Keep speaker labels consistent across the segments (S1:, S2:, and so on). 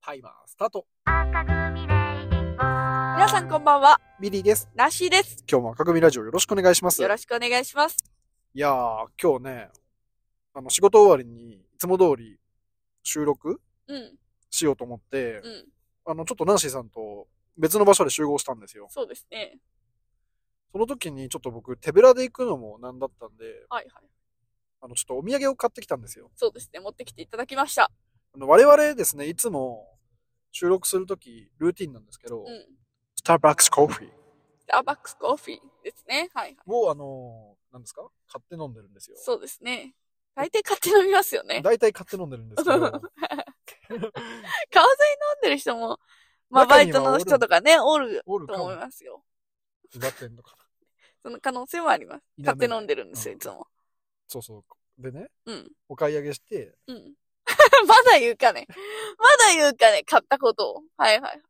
S1: タイマースタート。
S2: 赤組レイディオ
S3: 皆さんこんばんは。
S1: ビリーです。
S3: ナッシーです。
S1: 今日も赤組ラジオよろしくお願いします。
S3: よろしくお願いします。
S1: いやー、今日ね、あの、仕事終わりに、いつも通り収録
S3: うん、
S1: しようと思って、
S3: うん。
S1: あの、ちょっとナンシーさんと別の場所で集合したんですよ。
S3: そうですね。
S1: その時にちょっと僕、手ぶらで行くのもなんだったんで、
S3: はいはい。
S1: あの、ちょっとお土産を買ってきたんですよ。
S3: そうですね。持ってきていただきました。
S1: あの我々ですね、いつも収録するとき、ルーティンなんですけど、
S3: うん。
S1: スターバックスコーヒー
S3: スターバックスコーヒーですね。はいはい。
S1: を、あのー、なんですか買って飲んでるんですよ。
S3: そうですね。大抵買って飲みますよね。
S1: 大体買って飲んでるんですけ ど、
S3: 川沿い飲んでる人も、まあ、バ
S1: 中
S3: イ
S1: には
S3: トの人とかね、おる
S1: おる
S3: と
S1: かも
S3: 思い。ますよ。
S1: 奪ってんのかな。
S3: その可能性もあります。
S1: 否めな
S3: 買
S1: い
S3: って飲んでるんですよ、
S1: うん
S3: いつも。
S1: そうそう。でね、
S3: うん。
S1: お買い上げして、
S3: うん。 まだ言うかね。まだ言うかね。買ったことを。は いはい。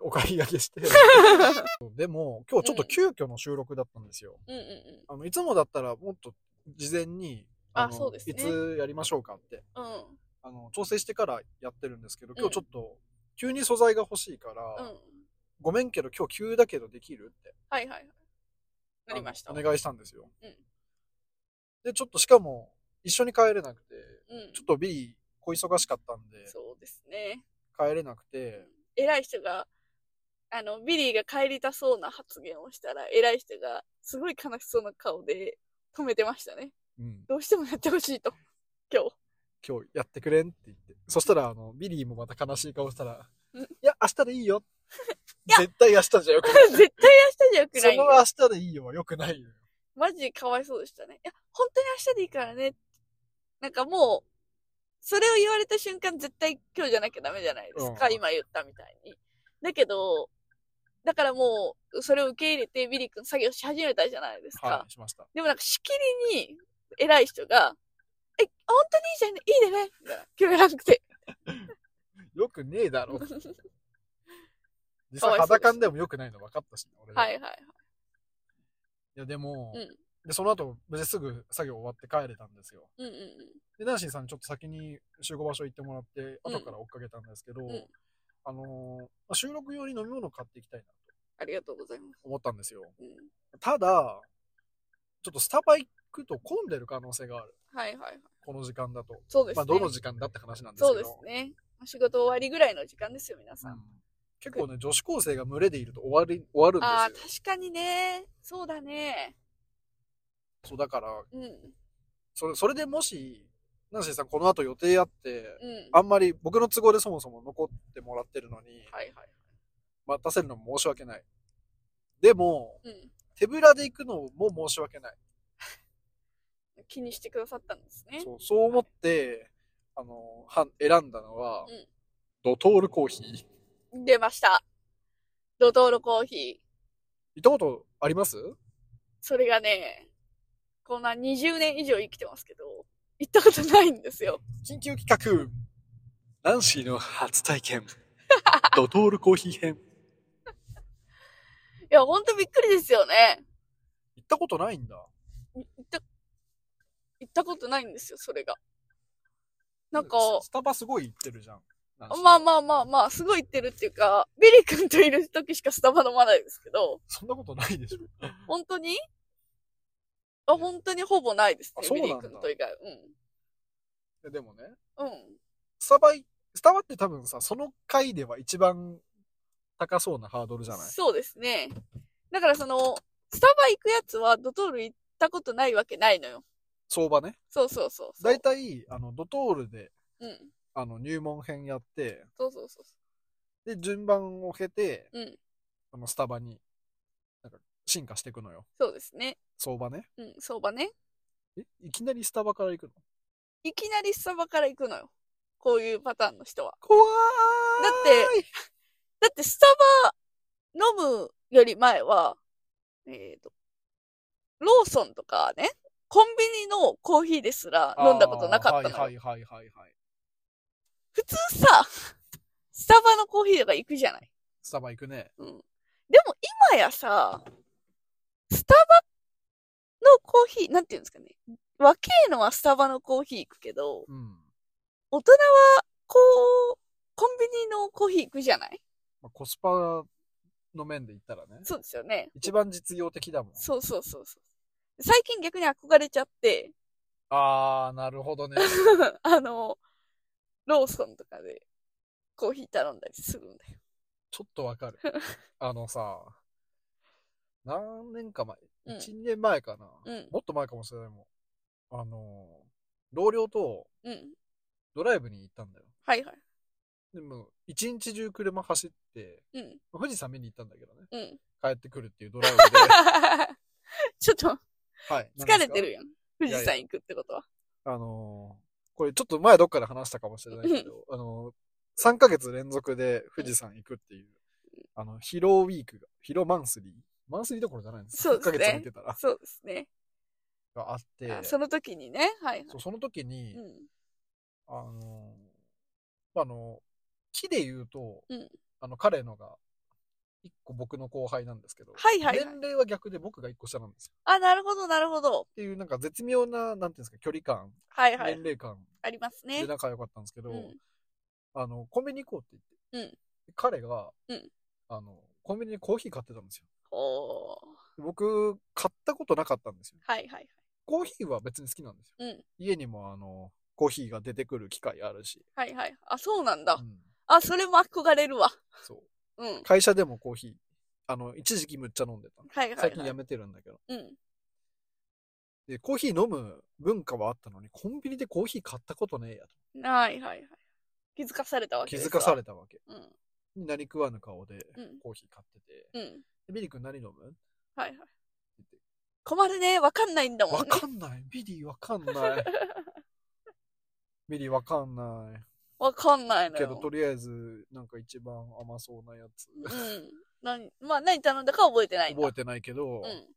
S1: お買い上げ して。でも、今日ちょっと急遽の収録だったんですよ。
S3: うんうんうん。
S1: あの、いつもだったらもっと事前に、
S3: あ
S1: の
S3: そうですね
S1: いつやりましょうかって、
S3: うん。
S1: あの、調整してからやってるんですけど、今日ちょっと、急に素材が欲しいから、
S3: うん。
S1: ごめんけど今日急だけどできるって、
S3: はいはいはい。なりました。
S1: あのお願いしたんですよ。
S3: うん
S1: で、ちょっとしかも、一緒に帰れなくて、
S3: うん
S1: ちょっと B、小忙しかったんで、
S3: そうですね。
S1: 帰れなくて、
S3: 偉い人が、あの、ビリーが帰りたそうな発言をしたら、偉い人が、すごい悲しそうな顔で止めてましたね。
S1: うん、
S3: どうしてもやってほしいと。今日。
S1: 今日やってくれんって言って。そしたら、あの、ビリーもまた悲しい顔したら、
S3: うん
S1: いや、明日でいい よ。
S3: や
S1: 絶対明日じゃよくない。
S3: 絶対明日じゃよく
S1: そ
S3: ない
S1: の
S3: よ。
S1: 明日でいいよはよくないよ。
S3: マジでかわいそうでしたね。いや、本当に明日でいいからね。なんかもう、それを言われた瞬間絶対今日じゃなきゃダメじゃないですか、
S1: うん
S3: 今言ったみたいに。だけど、だからもう、それを受け入れてビリー君作業し始めたじゃないですか。
S1: はい、しました。
S3: でもなんかしきりに偉い人が、え、本当にいいじゃん、いいねね、みたいな。決めなくて。
S1: よくねえだろ。実際
S3: かわいそうです
S1: 裸んでもよくないの分かったし、俺
S3: は
S1: い
S3: いはいはい。
S1: や、でも、
S3: うん
S1: で、その後、無事すぐ作業終わって帰れたんですよ。
S3: うんうん
S1: で、ナンシーさんにちょっと先に集合場所行ってもらって、
S3: うん
S1: 後から追っかけたんですけど、
S3: ん
S1: あのーまあ収録用に飲み物買っていきたいなと
S3: ありがとうございます。
S1: 思ったんですよ。
S3: うん、
S1: ただ、ちょっとスタバ行くと混んでる可能性がある。
S3: はいはいはい。
S1: この時間だと。
S3: そうですね。
S1: まあ、どの時間だって話なんですけど。
S3: そうですね。仕事終わりぐらいの時間ですよ、皆
S1: う
S3: さん。
S1: ん結構ね、女子高生が群れでいると終わり、終わ
S3: ああ
S1: るん
S3: ー、
S1: ですよ。
S3: 確かにね。そうだね。
S1: そう、だから、
S3: うん。うん。
S1: それ、それでもし、ナンシーさんこの後予定あって、あんまり僕の都合でそもそも残ってもらってるのに、
S3: はいはい。
S1: 待たせるのも申し訳ない。でも、
S3: うん。
S1: 手ぶらで行くのも申し訳ない。
S3: 気にしてくださったんですね。
S1: そう、そう思って、あの、は選んだのは、
S3: うん
S1: ドトールコーヒー。
S3: 出ました。ドトールコーヒー。
S1: 行ったことあります
S3: それがね、こんな20年以上生きてますけど、行ったことないんですよ。
S1: 緊急企画ナンシーの初体 験ドトールコーヒー編
S3: いや、ほんとびっくりですよね。
S1: 行ったことないんだ
S3: い行った、行ったことないんですよ、それが。なんか、
S1: ススタバすごい行ってるじゃんナンシー
S3: まあまあまあまあ、すごい行ってるっていうか、ビリ君といる時しかスタバ飲まないですけど、
S1: そんなことないでしょ
S3: 本当にあ、本当にほぼないです
S1: あ
S3: ね、
S1: そう
S3: ビ
S1: なん
S3: リ
S1: だ
S3: 君と以外。
S1: いやでもね
S3: うん。うん。
S1: スタバいスタバって多分さその回では一番高そうなハードルじゃない
S3: そうですね。だからその、スタバ行くやつはドトール行ったことないわけないのよ。
S1: 相場ね
S3: そうそうそうそう。
S1: 大体あのドトールで
S3: うん。
S1: あの入門編やって
S3: そうそうそうそ
S1: で順番を経て、
S3: うん
S1: あのスタバになんか進化していくのよ
S3: う。そうですね。
S1: 相場ね
S3: うん、相場ね。
S1: えいきなりスタバから行くの
S3: いきなりスタバから行くのよ。こういうパターンの人は。
S1: 怖
S3: だって、だってスタバ飲むより前は、えっ、と、ローソンとかね、コンビニのコーヒーですら飲んだことなかったのよ。
S1: はいはいはいはいはい。
S3: 普通さ、スタバのコーヒーとか行くじゃない。
S1: スタバ行くね。
S3: でも今やさ、スタバのコーヒー、なんていうんですかね。若えのはスタバのコーヒー行くけど、
S1: うん。
S3: 大人は、こう、コンビのコーヒー行くじゃない
S1: まあ、コスパの面で言ったらね。
S3: そうですよね。
S1: 一番実用的だもん。
S3: そうそうそうそう。最近逆に憧れちゃって、
S1: あー、なるほど ね。
S3: あの、ローソンとかでコーヒー頼んだりするんだよ。
S1: ちょっとわかる。あのさ、何年か前、
S3: うん
S1: 1、2年前かな、
S3: うん
S1: もっと前かもしれないもん。あの、同僚と
S3: うん。
S1: ドライブに行ったんだよ。
S3: はいはい。
S1: でも、一日中車走って、
S3: うん。
S1: 富士山見に行ったんだけどね。
S3: うん。
S1: 帰ってくるっていうドライブで。
S3: ちょっと
S1: はい。
S3: 疲れて
S1: 何です
S3: るやん。富士山行くってことは。
S1: かあのーこれちょっと前どっかで話したかもしれないけど、あのー、3ヶ月連続で富士山行くっていう、あの、ヒロウィークが、ヒロマンスリー。マンスリーどころじゃないんです
S3: そうですね
S1: 1ヶ月見てたら。
S3: そうですね。
S1: があって、
S3: あその時にね。はいはい。
S1: そうその時に、
S3: うん。
S1: あのー、あの、木で言うと、
S3: うん
S1: あの、彼のが、一個僕の後輩なんですけど、
S3: はいはいはい
S1: 年齢は逆で僕が一個下なんですよ。
S3: あ、なるほどなるほど
S1: っ。ていう、なんか絶妙な、なんていうんですか、距離感、
S3: はいは
S1: 年
S3: い。
S1: 齢感
S3: ありますね
S1: で。仲良かったんですけど、
S3: うん
S1: あの、コンビニ行こうって言って、
S3: うん
S1: で彼が、
S3: うん
S1: あの、コンビニでコーヒー買ってたんですよ。
S3: おー。
S1: 僕、買ったことなかったんですよ。
S3: はいはい
S1: コーヒーは別に好きなんですよ。
S3: はい。うん。
S1: 家にも、あの、コーヒーが出てくる機会あるし、
S3: はいはい。あ、そうなんだ
S1: う。ん
S3: あ、それも憧れるわ。
S1: そう。
S3: うん。はい
S1: 会社でもコーヒー、あの、一時期むっちゃ飲んでたの。
S3: はい、はい。
S1: 最近やめてるんだけど。
S3: うん。
S1: で、コーヒー飲む文化はあったのに、コンビニでコーヒー買ったことねえやと。
S3: はいはいはい。気づかされたわけ
S1: 気
S3: です
S1: づかさ
S3: れ
S1: れたわけ。
S3: うん。
S1: 何食わぬ顔で
S3: うん
S1: コーヒー買ってて。
S3: うん。
S1: でビリー君何飲む
S3: はいはい。困るね。わかんないんだもん
S1: わ
S3: ね。
S1: かんない。ビリーわかん ない。ビリーわかんな
S3: わかんない
S1: い。
S3: の
S1: け
S3: よ。
S1: ど、とりあえず、なんか一番甘そうなやつ。
S3: うん。何、まあ何頼んだか覚えてないんだ。
S1: 覚えてないけど、
S3: うん。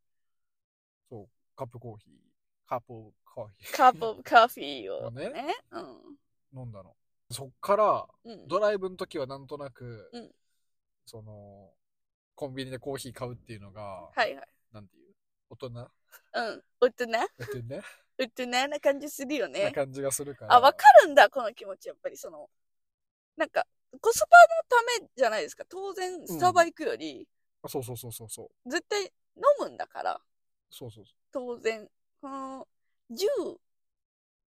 S1: そう、カップコーヒー、カップコーヒ
S3: カップオブカーフィー
S1: ま
S3: を
S1: あね
S3: ね。うん。
S1: ー飲んだの。そっから、
S3: うん。
S1: ドライブの時はなんとなく、
S3: うん
S1: その、コンビニでコーヒー買うっていうのが、
S3: はいはい。
S1: なんていう、大人
S3: うん。大人
S1: 大人ね、
S3: 大人な感じするよ
S1: な
S3: ね。
S1: 感じがするから。
S3: あ、わかるんだ、この気持ち。やっぱりその、なんか、コスパのためじゃないですか。当然、スタバ行くより、
S1: あそうそうそうそうそう。
S3: 絶対飲むんだから、
S1: そうそうそ
S3: 当然。この、10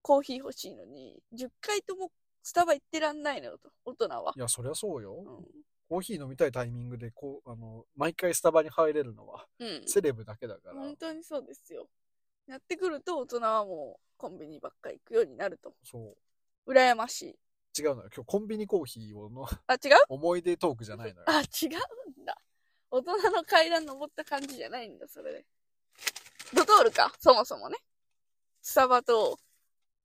S3: コーヒー欲しいのに、10回ともスタバ行ってらんないのよと、大人は
S1: う。い。や、そりゃそうよ。
S3: うん。
S1: コーヒー飲みたいタイミングで、こう、あの、毎回スタバに入れるのは、
S3: うん。
S1: セレブだけだから。
S3: 本当にそうですよ。やってくると大人はもうコンビニばっかり行くようになると。
S1: そう。
S3: 羨ましい。
S1: 違うのよ。今日コンビニコーヒーを の
S3: あ、違う
S1: 思い出トークじゃないのよ。
S3: あ、違うんだ。大人の階段登った感じじゃないんだ、それで。ドトールか、そもそもね。スタバと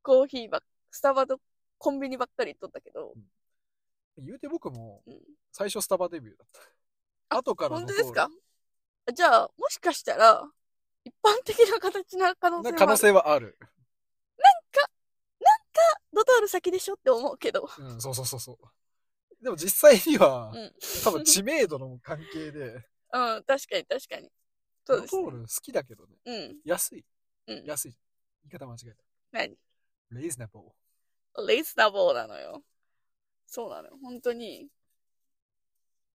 S3: コーヒーばっ、スタバとコンビニばっかり行っとったけど。
S1: 言うて僕も
S3: うん、
S1: 最初スタバデビューだった。後から
S3: 本
S1: の
S3: 当ですかあじゃあ、もしかしたら、一般的な形な可
S1: な
S3: 能性もある。
S1: 可能性はある。
S3: ドトール先でしょって思うけど。
S1: うん、そうそうそうそう。でも実際には、
S3: うん。
S1: 多分知名度の関係で、
S3: うん、確かに確かに。 そ
S1: ド
S3: うです、ね
S1: トー。ル好きだけどね。
S3: うん。
S1: 安い。
S3: うん。
S1: 安い。言い方間違え
S3: 何
S1: た。レイズナポー。
S3: レイスナボーなのよ。そうなのよ。本当に。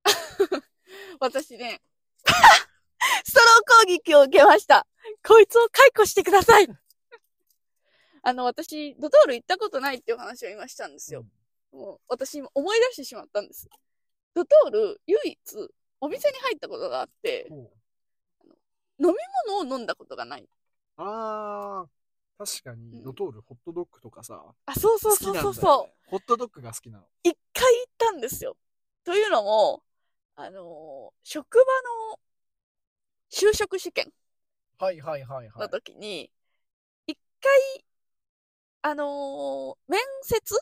S3: 私 ね、ストロー攻撃を受けました。こいつを解雇してください。あの、私、ドトール行ったことないっていう話を今したんですよ。もう、私今思い出してしまったんです。ドトール、唯一、お店に入ったことがあって、
S1: ほう
S3: ものを飲んだことがない。
S1: あー、確か
S3: う
S1: に、
S3: ん
S1: ドトールホットドッグとかさ、
S3: あ、そうそうそうそ
S1: 好きなん
S3: うそう。
S1: だよねホットドッグが好きなの。
S3: 一回行ったんですよ。というのも、あのー職場の就職試験
S1: はいはいはいは
S3: の
S1: い。
S3: 時に、一、回、あのー面接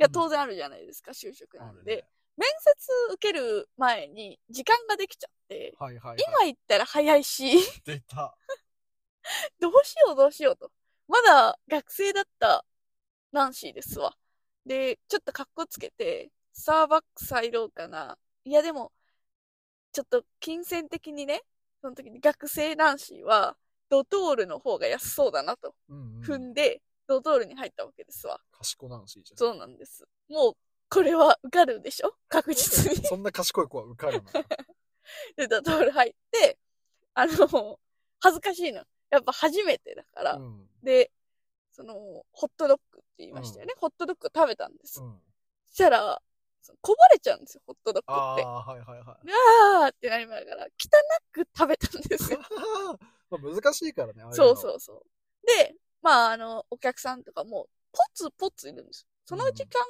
S3: が当然あるじゃないですか、就職な
S1: ある
S3: んで、
S1: ね
S3: 面接受ける前に時間ができちゃって、
S1: はいはいはい。
S3: 今行ったら早いし、
S1: 出た。
S3: どうしようどうしようと。まだ学生だったナンシーですわ。で、ちょっと格好つけて、スターバックス入ろうかな。いやでも、ちょっと金銭的にね、その時に学生ナンシーは、ドトールの方が安そうだなと
S1: うん、う
S3: 踏
S1: ん。
S3: んで、ドトールに入ったわけですわ。
S1: 賢なんし、じゃん
S3: そうなんです。もう、これは受かるんでしょ確実に。
S1: そんな賢い子は受かるな。
S3: で、ダトール入って、あの、恥ずかしいな。やっぱ初めてだから。
S1: うん。
S3: で、その、ホットドッグって言いましたよね。ホットドッグ食べたんです。
S1: うん。
S3: そしたら、そのこぼれちゃうんですよ、ホットドッグ
S1: あ
S3: って。
S1: あ、はいはいはい。
S3: あーってなりながら、汚く食べたんで すよ。
S1: まあ難しいからね、ああい
S3: そう
S1: う
S3: そうそう。で、まあ、あの、お客さんとかも、ポツポツいるんですよ。その時間、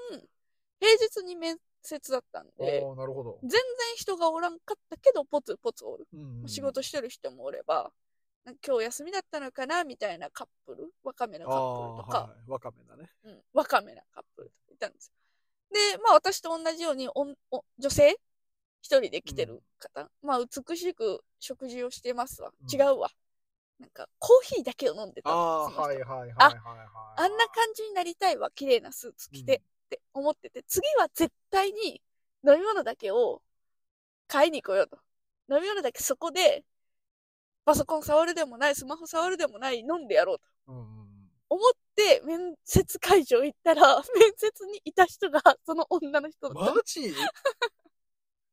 S3: 平日に面接だったんで、
S1: の。おーなるほど。
S3: 全然人がおらんかったけど、ポツポツおる。
S1: うんうん
S3: 仕事してる人もおれば、なんか今日休みだったのかなみたいなカップル、ワカメのカップルとか、
S1: あーはいはいわかめだね。
S3: うん、ワカメなカップルとかいたんですよ。で、まあ私と同じようにおんお女性一人で来てる方、まあ美しく食事をしてますわ。
S1: うん
S3: 違うわ。なんかコーヒーだけを飲んでた
S1: ああー、
S3: のその
S1: はい
S3: 人
S1: はいはいはいはい。
S3: ああんな感じになりたいわ。綺麗なスーツ着て、って思ってて、次は絶対に飲み物だけを買いに行こうよと。飲み物だけそこで、パソコン触るでもない、スマホ触るでもない、飲んでやろうと
S1: うんうんうん。
S3: 思って、面接会場行ったら、面 接にいた人が、その女の人だった
S1: マ
S3: の。
S1: ジ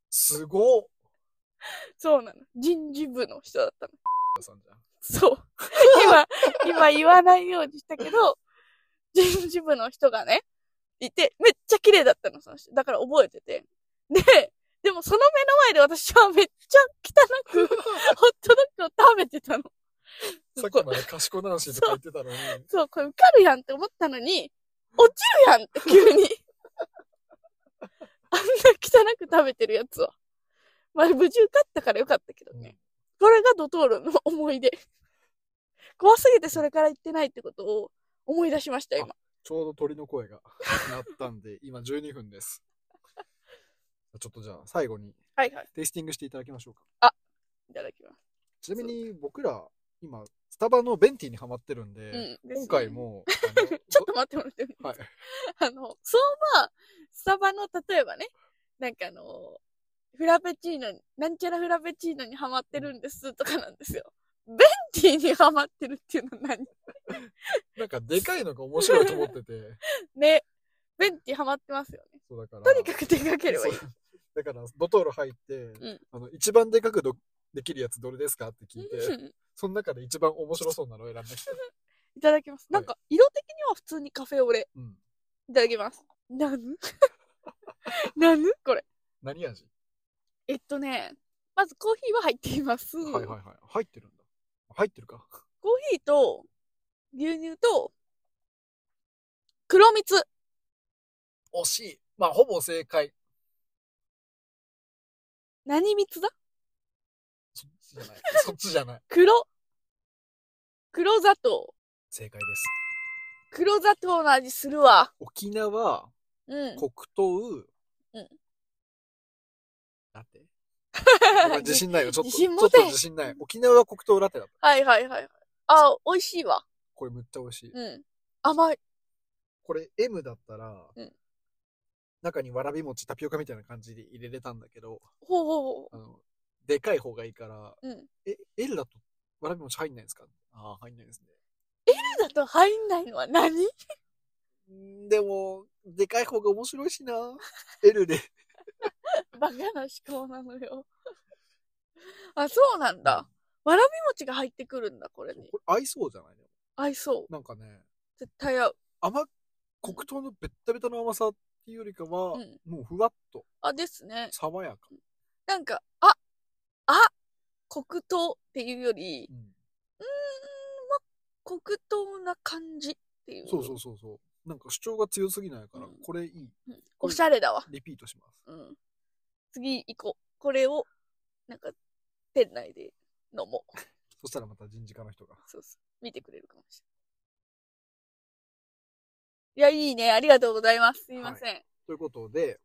S1: すごっ
S3: そうなの。人事部の人だったの。
S1: さんじゃん。
S3: そう。 今、今言わないようにしたけど、人事部の人がね、いて、めっちゃ綺麗だったの、その人。だから覚えてて。で、でもその目の前で私はめっちゃ 汚く、ホットドッグを食べてたの。
S1: さっきまで賢い話とか言ってたのに、
S3: そう、これ受かるやんって思ったのに、落ちるやんって急 に。あんな汚く食べてるやつは。まあ、無事受かったからよかったけどね。これがドトールの思い出。怖すぎてそれから行ってないってことを思い出しました、今。
S1: ちょうど鳥の声が 鳴ったんで、今12分です。ちょっとじゃあ最後に
S3: はいはい。
S1: テイスティングしていただきましょうか。
S3: いただきます。
S1: ちなみに僕ら今スタバのベンティにハマってるんで、
S3: うん。ですね
S1: 今回。も、 あの
S3: ちょっと待ってもらってもいい
S1: はい。
S3: あの、そうまあ、スタバの、例えばね、なんかあの、フラペチーノに、なんちゃらフラペチーノにハマってるんですとかなんですよ。ベンティーにハマってるっていうの何
S1: なんかでかいのが面白いと思ってて、
S3: ね。ベンティーハマってますよね。
S1: そうだから。
S3: とにかく出かければいい。
S1: そうだから、ドトール入って、
S3: ん
S1: あの一番でかくどできるやつどれですかって聞いて、
S3: うん
S1: その中で一番面白そうなのを選んできた。
S3: いただきます。なんか、色的には普通にカフェオレ。
S1: うん。
S3: いただきます。 なぬなぬこれ。
S1: 何味、
S3: えっとね、まずコーヒーは入っています。
S1: はいはいはい。入ってるんだ。入ってるか。
S3: コーヒーと、牛乳と、黒蜜。
S1: 惜しい。まあ、ほぼ正解。
S3: 何蜜だ
S1: そっちじゃない。 そっちじゃない。
S3: 黒。黒砂糖。
S1: 正解です。
S3: 黒砂糖の味するわ。
S1: 沖縄、
S3: うん。
S1: 黒糖、
S3: うん
S1: ラテごめん自信ないよ。ちょっと、
S3: 自
S1: ち
S3: 信
S1: ょ
S3: 持
S1: ってと自信ない。沖縄黒糖ラテだった。
S3: はいはいはい。あ、美味しいわ。
S1: これむっちゃ美味しい。
S3: うん。甘い。
S1: これ M だったら、
S3: うん
S1: 中にわらび餅、タピオカみたいな感じで入れれたんだけど、
S3: ほうほうほ
S1: あの、でかい方がいいから、
S3: う。うん。
S1: え、L だとわらび餅入んないんですかああ、入んないですね。
S3: だと入んないのは何
S1: んーでも、でかい方が面白いし な。L で。
S3: バカな思考なのよ。 あ、そうなんだ。わらび餅が入ってくるんだ、これに。
S1: これ合いそうじゃないの
S3: 合いそう。
S1: なんかね、
S3: 絶対合う。
S1: 甘、黒糖のベッタベタの甘さっていうよりかは、
S3: うん
S1: もうふわっと、
S3: あ、ですね。
S1: 爽やか。
S3: なんか、あ、あ、黒糖っていうより、
S1: う
S3: うんーん、ま、黒糖な感じっていう。
S1: そうそうそうそう。なんか主張が強すぎないから、
S3: うん
S1: これいい。
S3: うんおしゃれだわ。
S1: リピートします。
S3: うん。次行こう。これを、なんか、店内で飲もう。
S1: そしたらまた人事課の人が。
S3: そうそう。見てくれるかもしれない。いや、いいね。ありがとうございます。すいません。い、
S1: ということで、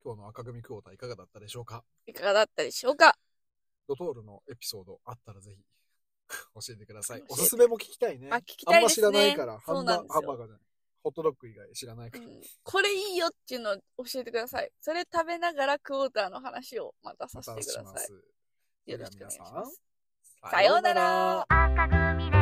S1: 今日の赤組クォーターいかがだったでしょうか
S3: かがだったでしょうか
S1: ドトールのエピソードあったらぜひ教えてください
S3: 教え。て
S1: おすすめも聞きたいね。
S3: あ、聞きたい
S1: んま
S3: です
S1: 知
S3: ね。
S1: らないから、ハ
S3: そう
S1: ン
S3: な
S1: バ
S3: んです
S1: ハ
S3: よ
S1: ンバーガーじゃない。ホットドッグ以外知らないから。
S3: うんこれいいよっていうのを教えてください。それ食べながらクォーターの話をまたさ
S1: ま
S3: せ
S1: た
S3: てく
S1: し
S3: だ
S1: ま
S3: さ
S1: す。
S3: い。よろしくお願いします。
S1: では皆
S3: さようなら。
S2: 赤組で